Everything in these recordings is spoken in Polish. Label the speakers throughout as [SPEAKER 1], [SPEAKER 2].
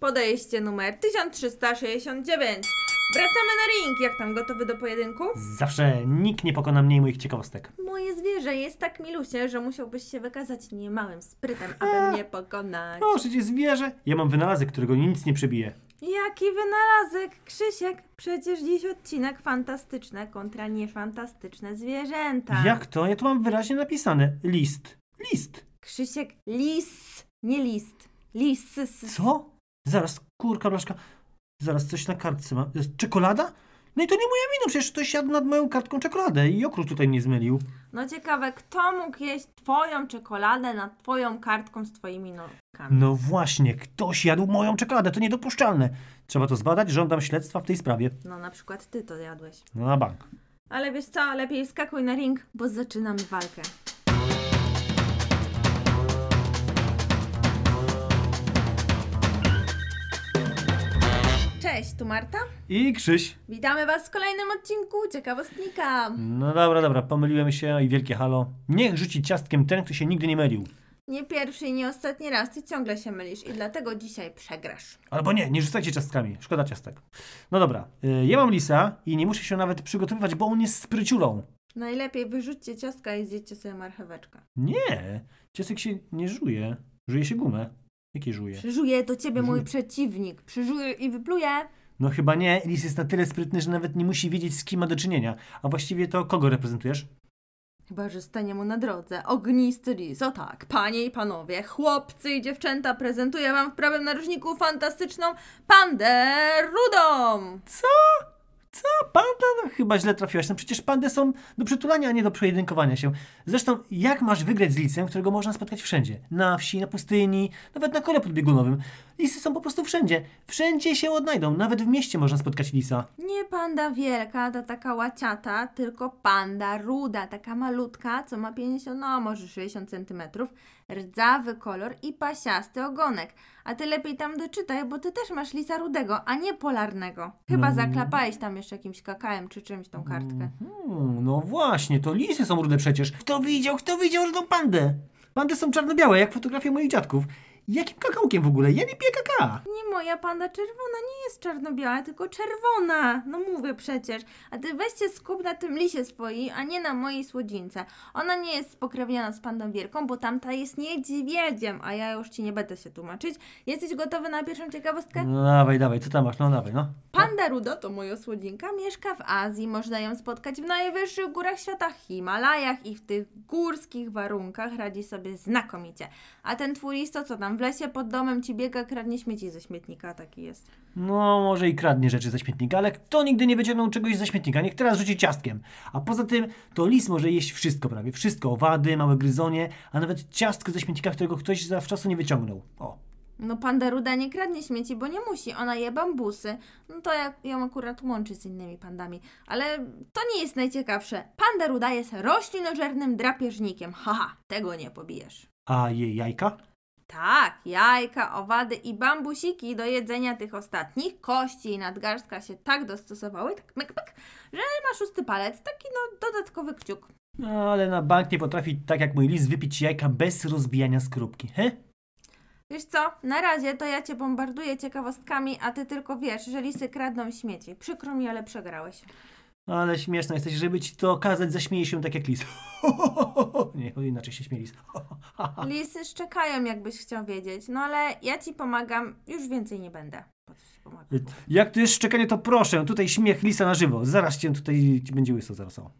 [SPEAKER 1] Podejście numer 1369. Wracamy na ring. Jak tam gotowy do pojedynku?
[SPEAKER 2] Zawsze nikt nie pokona mniej moich ciekawostek.
[SPEAKER 1] Moje zwierzę jest tak milusie, że musiałbyś się wykazać niemałym sprytem, aby mnie pokonać.
[SPEAKER 2] O, przecież No, zwierzę! Ja mam wynalazek, którego nic nie przebije.
[SPEAKER 1] Jaki wynalazek, Krzysiek! Przecież dziś odcinek fantastyczne kontra niefantastyczne zwierzęta.
[SPEAKER 2] Jak to? Ja tu mam wyraźnie napisane. List. List.
[SPEAKER 1] Krzysiek, lis, nie list. Lis. s- s-
[SPEAKER 2] Co? Zaraz, kurka blaszka. Zaraz coś na kartce mam. Jest Czekolada? No i to nie moja wina, przecież ktoś jadł nad moją kartką czekoladę i okrut tutaj mnie zmylił.
[SPEAKER 1] No ciekawe, kto mógł jeść twoją czekoladę nad twoją kartką z twoimi nogami?
[SPEAKER 2] No właśnie, ktoś jadł moją czekoladę, to niedopuszczalne. Trzeba to zbadać, żądam śledztwa w tej sprawie.
[SPEAKER 1] No na przykład ty to jadłeś.
[SPEAKER 2] No na bank.
[SPEAKER 1] Ale wiesz co, lepiej skakuj na ring, bo zaczynamy walkę. Cześć, tu Marta.
[SPEAKER 2] I Krzyś.
[SPEAKER 1] Witamy Was w kolejnym odcinku Ciekawostnika.
[SPEAKER 2] No dobra, dobra, pomyliłem się i wielkie halo. Niech rzuci ciastkiem ten, kto się nigdy nie mylił.
[SPEAKER 1] Nie pierwszy i nie ostatni raz, Ty ciągle się mylisz i dlatego dzisiaj przegrasz.
[SPEAKER 2] Albo nie, nie rzucajcie ciastkami, szkoda ciastek. No dobra, y, ja mam lisa i nie muszę się nawet przygotowywać, bo on jest spryciulą.
[SPEAKER 1] Najlepiej wyrzućcie ciastka i zjedźcie sobie marcheweczkę.
[SPEAKER 2] Nie, ciastek się nie żuje, żuje się gumę. Jakie żuje?
[SPEAKER 1] Przyżuje do Ciebie mój
[SPEAKER 2] Żuje.
[SPEAKER 1] przeciwnik. Przyżuje i wypluje.
[SPEAKER 2] No chyba nie, lis jest na tyle sprytny, że nawet nie musi wiedzieć z kim ma do czynienia. A właściwie to kogo reprezentujesz?
[SPEAKER 1] Chyba, że stanie mu na drodze. Ognisty lis. O tak, panie i panowie, chłopcy i dziewczęta, prezentuję wam w prawym narożniku fantastyczną pandę rudą.
[SPEAKER 2] A panda? No chyba źle trafiłaś. No przecież pandy są do przytulania, a nie do pojedynkowania się. Zresztą jak masz wygrać z lisem, którego można spotkać wszędzie? Na wsi, na pustyni, nawet na kole podbiegunowym. Lisy są po prostu wszędzie. Wszędzie się odnajdą. Nawet w mieście można spotkać lisa.
[SPEAKER 1] Nie panda wielka, ta taka łaciata, tylko panda ruda, taka malutka, co ma 50, no może 60 centymetrów, rdzawy kolor i pasiasty ogonek. A ty lepiej tam doczytaj, bo ty też masz lisa rudego, a nie polarnego. Chyba
[SPEAKER 2] No.
[SPEAKER 1] zaklapałeś tam jeszcze jakimś kakałem czy czymś tą kartkę.
[SPEAKER 2] Hmm, no właśnie, to lisy są rude przecież. Kto widział, kto widział żadną pandę? Pandy są czarno-białe, jak fotografie moich dziadków. Jakim kakałkiem w ogóle? Ja nie piję kakao.
[SPEAKER 1] Nie moja panda czerwona nie jest czarno-biała, tylko czerwona. No mówię przecież. A ty weź się skup na tym lisie swojej, a nie na mojej słodzińce. Ona nie jest spokrewniona z pandą wielką, bo tamta jest niedźwiedziem, a ja już ci nie będę się tłumaczyć. Jesteś gotowy na pierwszą ciekawostkę?
[SPEAKER 2] No dawaj, dawaj, co tam masz? No dawaj, no.
[SPEAKER 1] Panda Rudo to moja słodzinka, mieszka w Azji. Można ją spotkać w najwyższych górach świata, Himalajach i w tych górskich warunkach radzi sobie znakomicie. A ten twój lis to co tam w lesie pod domem ci biega, kradnie śmieci ze śmietnika, taki jest.
[SPEAKER 2] No, może i kradnie rzeczy ze śmietnika, ale kto nigdy nie wyciągnął czegoś ze śmietnika? Niech teraz rzuci ciastkiem. A poza tym, to lis może jeść wszystko prawie. Wszystko, owady, małe gryzonie, a nawet ciastko ze śmietnika, którego ktoś zawczasu nie wyciągnął. O.
[SPEAKER 1] No panda ruda nie kradnie śmieci, bo nie musi, ona je bambusy. No to ja ją akurat łączy z innymi pandami. Ale to nie jest najciekawsze. Panda ruda jest roślinożernym drapieżnikiem. Haha, tego nie pobijesz.
[SPEAKER 2] A jej jajka?
[SPEAKER 1] Tak, jajka, owady i bambusiki do jedzenia tych ostatnich, kości i nadgarstka się tak dostosowały, tak myk, myk, że ma szósty palec, taki no dodatkowy kciuk.
[SPEAKER 2] No, ale na bank nie potrafi, tak jak mój lis, wypić jajka bez rozbijania skorupki. He?
[SPEAKER 1] Wiesz co, na razie to ja cię bombarduję ciekawostkami, a ty tylko wiesz, że lisy kradną śmieci. Przykro mi, ale przegrałeś.
[SPEAKER 2] Ale śmieszna jesteś, żeby ci to okazać, zaśmieje się tak jak lis. nie, inaczej się śmie lis.
[SPEAKER 1] Lisy szczekają, jakbyś chciał wiedzieć, no ale ja ci pomagam, już więcej nie będę. Po co ci pomagam?
[SPEAKER 2] Jak to jest szczekanie, to proszę, tutaj śmiech lisa na żywo. Zaraz cię tutaj ci będzie łyso, zaraz o.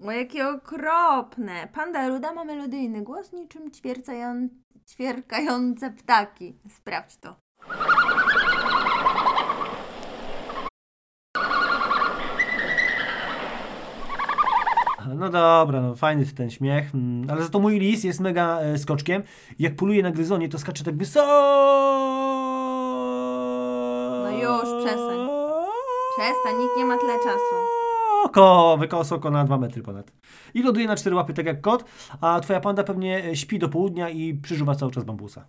[SPEAKER 1] O, jakie okropne! Panda ruda ma melodyjny głos, niczym ćwiercają... ćwierkające ptaki. Sprawdź to.
[SPEAKER 2] No dobra, no fajny ten śmiech, mm, ale za to mój lis jest mega e, skoczkiem. Jak poluje na gryzonie, to skacze tak wysoko.
[SPEAKER 1] No już, przestań. Przestań, nikt nie ma tyle czasu.
[SPEAKER 2] Oko, wykoso oko na dwa metry ponad. I loduje na cztery łapy, tak jak kot, a twoja panda pewnie e, śpi do południa i przyżuwa cały czas bambusa.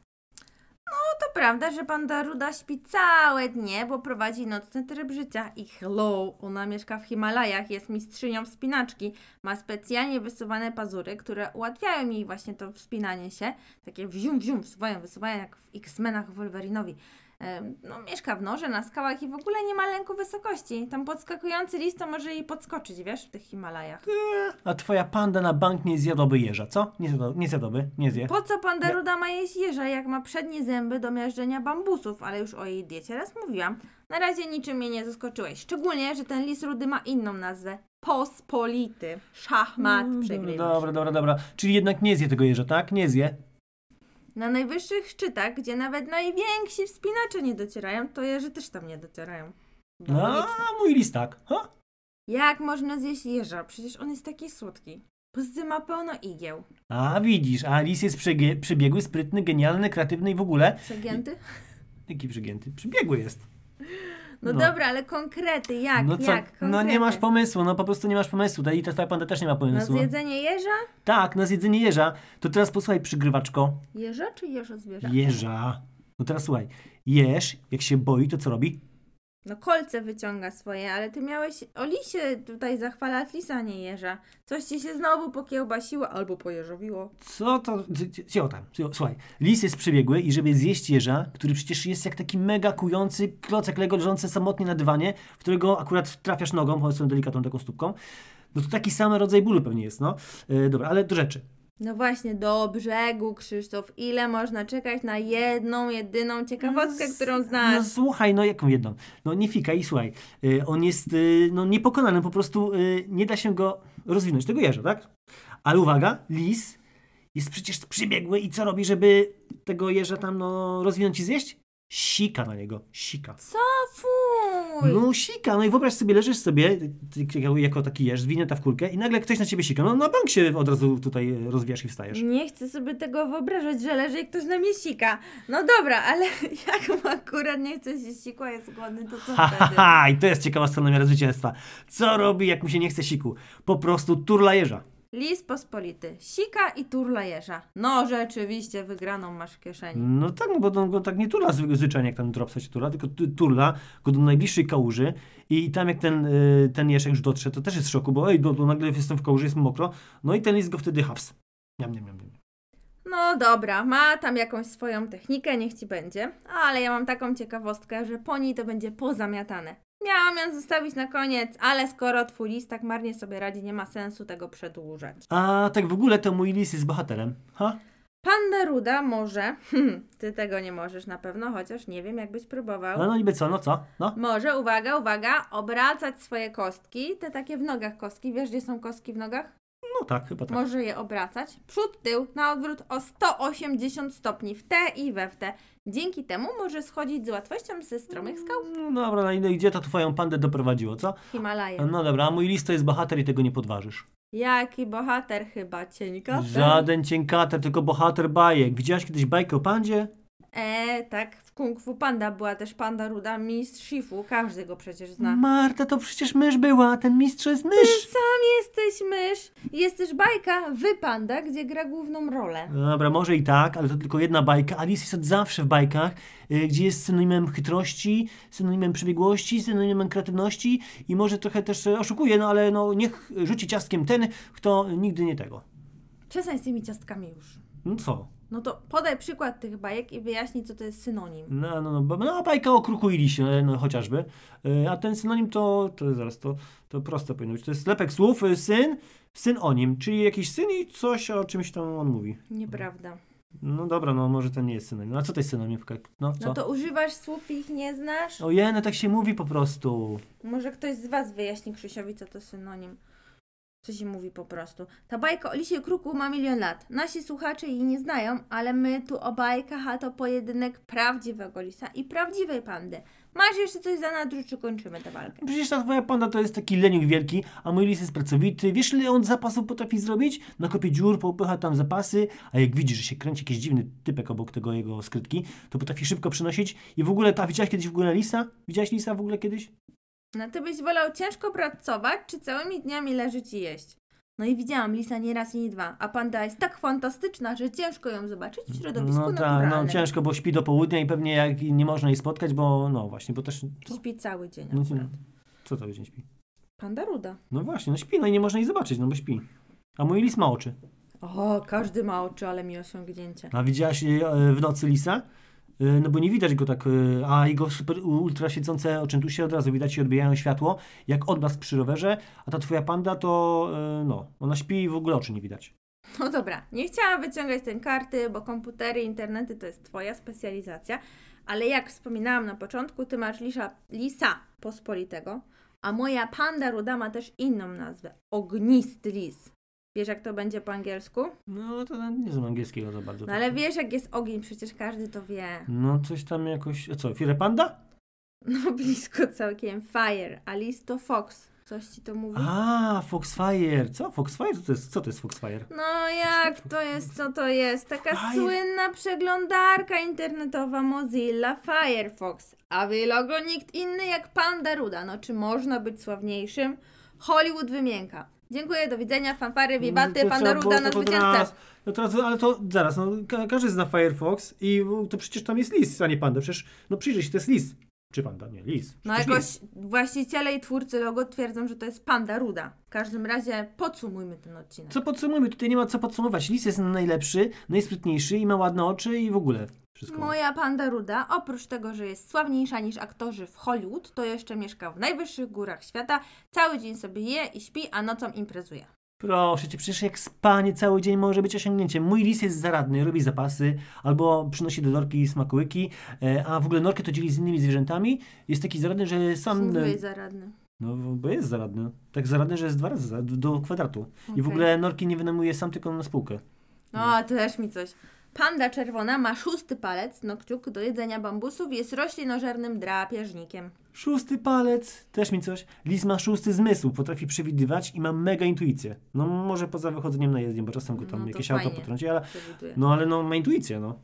[SPEAKER 1] No, to prawda, że panda ruda śpi całe dnie, bo prowadzi nocny tryb życia. I hello, ona mieszka w Himalajach, jest mistrzynią wspinaczki. Ma specjalnie wysuwane pazury, które ułatwiają jej właśnie to wspinanie się. Takie wzium, wzium, wsuwają, wysuwają jak w X-Menach Wolverinowi. Em, No, mieszka w norze, na skałach i w ogóle nie ma lęku wysokości. Tam podskakujący lis to może jej podskoczyć, wiesz, w tych Himalajach.
[SPEAKER 2] A twoja panda na bank nie zjadłaby jeża, co? Nie, zjadła, nie zjadłaby, nie zje.
[SPEAKER 1] Po co panda
[SPEAKER 2] Nie.
[SPEAKER 1] ruda ma jeść jeża, jak ma przednie zęby do miażdżenia bambusów, ale już o jej diecie raz mówiłam. Na razie niczym mnie nie zaskoczyłeś, szczególnie, że ten lis rudy ma inną nazwę. Pospolity. Szachmat
[SPEAKER 2] Mm,
[SPEAKER 1] przegrywasz.
[SPEAKER 2] Dobra, dobra, dobra. Czyli jednak nie zje tego jeża, tak? Nie zje.
[SPEAKER 1] Na najwyższych szczytach, gdzie nawet najwięksi wspinacze nie docierają, to jeży też tam nie docierają. No
[SPEAKER 2] A mój lis tak. Ha?
[SPEAKER 1] Jak można zjeść jeża? Przecież on jest taki słodki. Poza tym ma pełno igieł.
[SPEAKER 2] A widzisz, a lis jest przygie- przybiegły, sprytny, genialny, kreatywny i w ogóle.
[SPEAKER 1] Przegięty?
[SPEAKER 2] Jaki przygięty? Przybiegły jest.
[SPEAKER 1] No,
[SPEAKER 2] No.
[SPEAKER 1] dobra, ale konkrety, jak,
[SPEAKER 2] no
[SPEAKER 1] Tak, jak, konkrety?
[SPEAKER 2] No nie masz pomysłu, no po prostu nie masz pomysłu. Ta, I ta twoja panda też nie ma
[SPEAKER 1] Na
[SPEAKER 2] pomysłu.
[SPEAKER 1] zjedzenie jeża?
[SPEAKER 2] Tak, na zjedzenie jeża. To teraz posłuchaj, przygrywaczko.
[SPEAKER 1] Jeża czy jeżo zwierzę?
[SPEAKER 2] Jeża. No teraz słuchaj. Jeż, jak się boi, to co robi?
[SPEAKER 1] No kolce wyciąga swoje, ale ty miałeś o lisie tutaj zachwalać lisa, nie jeża. Coś ci się znowu pokiełbasiło albo pojeżowiło.
[SPEAKER 2] Co to? Cię tam. zio- Słuchaj, lis jest przebiegły i żeby zjeść jeża, który przecież jest jak taki mega kujący klocek Lego leżący samotnie na dywanie, w którego akurat trafiasz nogą, powiedzmy delikatną taką stópką, no to taki sam rodzaj bólu pewnie jest, no. E, dobra, ale do rzeczy.
[SPEAKER 1] No właśnie, do brzegu, Krzysztof. Ile można czekać na jedną, jedyną ciekawostkę, którą
[SPEAKER 2] No
[SPEAKER 1] znasz?
[SPEAKER 2] słuchaj, no jaką jedną? No nie fikaj i słuchaj. E, on jest e, no, niepokonany, po prostu e, nie da się go rozwinąć, tego jeża, tak? Ale uwaga, lis jest przecież przybiegły i co robi, żeby tego jeża tam no, rozwinąć i zjeść? Sika na niego, sika.
[SPEAKER 1] No fuj!
[SPEAKER 2] No sika, no i wyobraź sobie, leżysz sobie ty- ty- jako- jako taki jeż, zwinięta w kulkę i nagle ktoś na ciebie sika. No na bank się od razu tutaj e, rozwijasz i wstajesz.
[SPEAKER 1] Nie chcę sobie tego wyobrażać, że leży i ktoś na mnie sika. No dobra, ale jak mu akurat nie chce się sikła, jest głodny, to co
[SPEAKER 2] Ha, ha,
[SPEAKER 1] wtedy?
[SPEAKER 2] ha, i to jest ciekawa astronomia zwycięstwa. Co robi, jak mu się nie chce siku? Po prostu turla jeża.
[SPEAKER 1] Lis pospolity. Sika i turla jeża. No rzeczywiście, wygraną masz w kieszeni.
[SPEAKER 2] No tak, no bo on go tak nie turla zwy- zwyczajnie, jak ten dropsa się turla, tylko tu- turla go do najbliższej kałuży i tam jak ten, y, ten jeszek już dotrze, to też jest w szoku, bo ej, do, do, nagle jestem w kałuży, jest mokro, no i ten lis go wtedy haps. Miam, miam, miam, miam.
[SPEAKER 1] No dobra, ma tam jakąś swoją technikę, niech ci będzie, ale ja mam taką ciekawostkę, że po niej to będzie pozamiatane. Miałam ją zostawić na koniec, ale skoro twój list tak marnie sobie radzi, nie ma sensu tego przedłużać.
[SPEAKER 2] A tak w ogóle to mój lis jest bohaterem. Ha?
[SPEAKER 1] Panda Ruda może, hmm, ty tego nie możesz na pewno, chociaż nie wiem jakbyś próbował.
[SPEAKER 2] No, no niby co, no co? No?
[SPEAKER 1] Może, uwaga, uwaga, obracać swoje kostki, te takie w nogach kostki, wiesz gdzie są kostki w nogach?
[SPEAKER 2] No tak, chyba tak.
[SPEAKER 1] Może je obracać przód, tył, na odwrót o 180 stopni, w te i we w te. Dzięki temu może schodzić z łatwością ze stromych skał
[SPEAKER 2] No dobra, no i no i gdzie to twoją pandę doprowadziło, co?
[SPEAKER 1] Himalaja.
[SPEAKER 2] No dobra, a mój lis to jest bohater i tego nie podważysz.
[SPEAKER 1] Jaki bohater chyba cienka.
[SPEAKER 2] Żaden cienkater, tylko bohater bajek. Widziałaś kiedyś bajkę o pandzie?
[SPEAKER 1] E, tak, w Kung Fu Panda była też panda ruda, mistrz Shifu, każdy go przecież zna.
[SPEAKER 2] Marta, to przecież mysz była, a ten mistrz jest mysz.
[SPEAKER 1] Sam jesteś mysz, jest też bajka Wy Panda, gdzie gra główną rolę.
[SPEAKER 2] Dobra, może i tak, ale to tylko jedna bajka. Alice jest od zawsze w bajkach, y, gdzie jest synonimem chytrości, synonimem przebiegłości, synonimem kreatywności i może trochę też y, oszukuje, no ale no, niech rzuci ciastkiem ten, kto nigdy nie tego.
[SPEAKER 1] Przestań z tymi ciastkami już.
[SPEAKER 2] No co?
[SPEAKER 1] No to podaj przykład tych bajek i wyjaśnij, co to jest synonim.
[SPEAKER 2] No, no, no, bo- no a bajka o kruku i lisie, no, chociażby. Y, A ten synonim to, to zaraz, to, to proste powinno być. To jest lepek słów, y, syn, syn o nim, czyli jakiś syn i coś o czymś tam on mówi.
[SPEAKER 1] Nieprawda.
[SPEAKER 2] No dobra, no może to nie jest synonim. No, a co to jest synonim? w kak- No co?
[SPEAKER 1] No to używasz słów i ich nie znasz?
[SPEAKER 2] Ojej, no tak się mówi po prostu.
[SPEAKER 1] Może ktoś z Was wyjaśni Krzysiowi, co to synonim. Co się mówi po prostu. Ta bajka o lisie kruku ma milion lat. Nasi słuchacze jej nie znają, ale my tu o bajkach, a to pojedynek prawdziwego lisa i prawdziwej pandy. Masz jeszcze coś za nadrzu, czy kończymy tę walkę?
[SPEAKER 2] Przecież ta twoja panda to jest taki leniuk wielki, a mój lis jest pracowity. Wiesz, ile on zapasów potrafi zrobić? Nakopie dziur, poupycha tam zapasy, a jak widzi, że się kręci jakiś dziwny typek obok tego jego skrytki, to potrafi szybko przenosić. I w ogóle, ta widziałaś kiedyś w ogóle lisa? Widziałaś lisa w ogóle kiedyś?
[SPEAKER 1] No ty byś wolał ciężko pracować, czy całymi dniami leżeć i jeść? No i widziałam lisa nie raz i nie dwa, a panda jest tak fantastyczna, że ciężko ją zobaczyć w środowisku
[SPEAKER 2] no tak,
[SPEAKER 1] naturalnym.
[SPEAKER 2] no ciężko, bo śpi do południa i pewnie jak nie można jej spotkać, bo no właśnie, bo też... Co,
[SPEAKER 1] Śpi cały dzień.
[SPEAKER 2] no, co,
[SPEAKER 1] akurat.
[SPEAKER 2] co cały dzień śpi?
[SPEAKER 1] Panda ruda.
[SPEAKER 2] No właśnie, no śpi, no i nie można jej zobaczyć, no bo śpi. A mój lis ma oczy.
[SPEAKER 1] O, każdy ma oczy, ale mi osiągnięcie.
[SPEAKER 2] A widziałaś e, w nocy lisa? E, No bo nie widać go tak, e, a jego super ultra siedzące oczętusie od razu widać i odbijają światło, jak odblask przy rowerze, a ta twoja panda to, e, no, ona śpi i w ogóle oczy nie widać.
[SPEAKER 1] No dobra, nie chciałam wyciągać ten karty, bo komputery, internety to jest twoja specjalizacja, ale jak wspominałam na początku, ty masz lisza, lisa pospolitego, a moja panda ruda ma też inną nazwę. Ognisty lis. Wiesz jak to będzie po angielsku?
[SPEAKER 2] No to nie znam angielskiego za bardzo.
[SPEAKER 1] No ale wiesz jak jest ogień, przecież każdy to wie.
[SPEAKER 2] No coś tam jakoś, a co, firę panda?
[SPEAKER 1] No blisko całkiem. Fire, a lis to fox. Coś ci to mówi?
[SPEAKER 2] A, Foxfire, co? Foxfire? Co to jest, co to jest Foxfire?
[SPEAKER 1] No jak to jest, co to jest? Taka
[SPEAKER 2] Fire-
[SPEAKER 1] słynna przeglądarka internetowa Mozilla Firefox. A wylogo nikt inny jak Panda Ruda. No czy można być sławniejszym? Hollywood wymięka. Dziękuję, do widzenia, fanfary, wibaty,
[SPEAKER 2] Mm, to
[SPEAKER 1] Panda
[SPEAKER 2] trzeba było
[SPEAKER 1] Ruda na
[SPEAKER 2] to od
[SPEAKER 1] zwycięzcę.
[SPEAKER 2] razu. No teraz, ale to zaraz, no, ka- każdy zna Firefox i w- to przecież tam jest lis, a nie panda. Przecież, no przyjrzyj się, to jest lis. Czy panda? Nie, lis.
[SPEAKER 1] No
[SPEAKER 2] Przecież
[SPEAKER 1] jakoś
[SPEAKER 2] lis.
[SPEAKER 1] właściciele i twórcy logo twierdzą, że to jest Panda Ruda. W każdym razie podsumujmy ten odcinek.
[SPEAKER 2] Co podsumujmy? Tutaj nie ma co podsumować. Lis jest najlepszy, najsprytniejszy i ma ładne oczy i w ogóle wszystko.
[SPEAKER 1] Moja panda ruda, oprócz tego, że jest sławniejsza niż aktorzy w Hollywood, to jeszcze mieszka w najwyższych górach świata, cały dzień sobie je i śpi, a nocą imprezuje.
[SPEAKER 2] Proszę cię, przecież jak spanie cały dzień może być osiągnięciem. Mój lis jest zaradny, robi zapasy albo przynosi do norki smakołyki, e, a w ogóle norkę to dzieli z innymi zwierzętami. Jest taki zaradny, że sam...
[SPEAKER 1] Mówię jej zaradny.
[SPEAKER 2] No, bo jest zaradny. Tak zaradny, że jest dwa razy za, do kwadratu. I w
[SPEAKER 1] Okej.
[SPEAKER 2] ogóle norki nie wynajmuje sam, tylko na spółkę. No.
[SPEAKER 1] O, to No, też mi coś. Panda czerwona ma szósty palec, no kciuk do jedzenia bambusów, jest roślinożernym drapieżnikiem.
[SPEAKER 2] Szósty palec, też mi coś. Lis ma szósty zmysł, potrafi przewidywać i ma mega intuicję. No może poza wychodzeniem na jezdnię, bo czasem go tam
[SPEAKER 1] No to
[SPEAKER 2] jakieś auto
[SPEAKER 1] fajnie.
[SPEAKER 2] potrąci, ale...
[SPEAKER 1] Przewiduję.
[SPEAKER 2] No ale no, ma intuicję, no.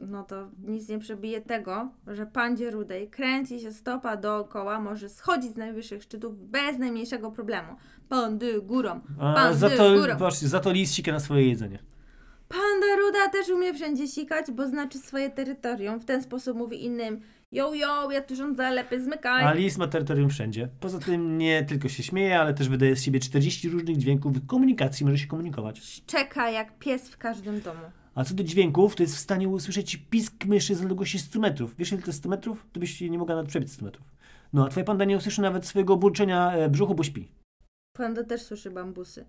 [SPEAKER 1] No to nic nie przebije tego, że pandzie rudej kręci się stopa dookoła, może schodzić z najwyższych szczytów bez najmniejszego problemu. Pandy górą,
[SPEAKER 2] A
[SPEAKER 1] pandy
[SPEAKER 2] za to,
[SPEAKER 1] górą.
[SPEAKER 2] właśnie, za to lis sika na swoje jedzenie.
[SPEAKER 1] Panda ruda też umie wszędzie sikać, bo znaczy swoje terytorium. W ten sposób mówi innym: Yo, yo, ja tu rządzę, lepiej zmykaj.
[SPEAKER 2] A lis ma terytorium wszędzie. Poza tym nie tylko się śmieje, ale też wydaje z siebie 40 różnych dźwięków komunikacji, może się komunikować.
[SPEAKER 1] Szczeka jak pies w każdym domu.
[SPEAKER 2] A co do dźwięków, to jest w stanie usłyszeć pisk myszy z odległości 100 metrów. Wiesz ile to jest 100 metrów? To byś nie mogła nawet przebiec 100 metrów. No, a twoja panda nie usłyszy nawet swojego burczenia e, brzuchu, bo śpi.
[SPEAKER 1] Panda też słyszy bambusy.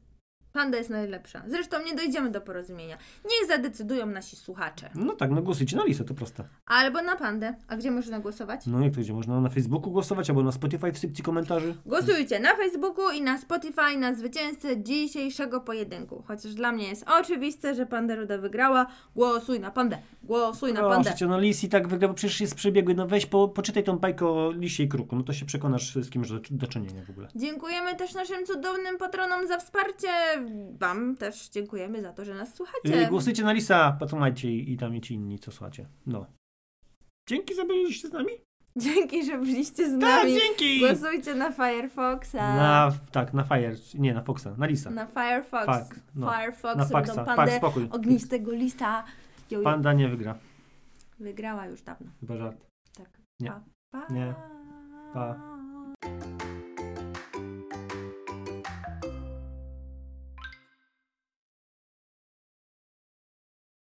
[SPEAKER 1] Panda jest najlepsza. Zresztą nie dojdziemy do porozumienia. Niech zadecydują nasi słuchacze.
[SPEAKER 2] No tak, no głosujcie na lisa, to proste.
[SPEAKER 1] Albo na pandę. A gdzie można głosować?
[SPEAKER 2] No jak to gdzie? Można na Facebooku głosować, albo na Spotify w sekcji komentarzy.
[SPEAKER 1] Głosujcie na Facebooku i na Spotify na zwycięzcę dzisiejszego pojedynku. Chociaż dla mnie jest oczywiste, że Panda Ruda wygrała. Głosuj na pandę. Głosuj na pandę.
[SPEAKER 2] Proszę cię, no lis i tak wygra, bo przecież jest przebiegły. No weź, po, poczytaj tą bajkę o lisie i kruku, no to się przekonasz z kim masz do, do czynienia w ogóle. E,
[SPEAKER 1] Dziękujemy też naszym cudownym patronom za wsparcie. Wam też dziękujemy za to, że nas słuchacie.
[SPEAKER 2] Yy, głosujcie na lisa, patronajcie i, i tam i ci inni, co słuchacie. No. Dzięki, za byliście z nami.
[SPEAKER 1] Dzięki, że byliście z
[SPEAKER 2] Tak,
[SPEAKER 1] nami.
[SPEAKER 2] dzięki!
[SPEAKER 1] Głosujcie na Firefoxa.
[SPEAKER 2] Na, tak, na Fire, nie na Foxa, na Lisa.
[SPEAKER 1] na Firefox.
[SPEAKER 2] Fak, no.
[SPEAKER 1] Firefox,
[SPEAKER 2] na
[SPEAKER 1] rudą
[SPEAKER 2] Paxa, Pax,
[SPEAKER 1] pandę,
[SPEAKER 2] spokój.
[SPEAKER 1] ognistego lista. Jo, jo.
[SPEAKER 2] Panda nie wygra,
[SPEAKER 1] Wygrała już dawno.
[SPEAKER 2] chyba żart.
[SPEAKER 1] Tak.
[SPEAKER 2] Nie.
[SPEAKER 1] Pa. pa.
[SPEAKER 2] Nie. Pa.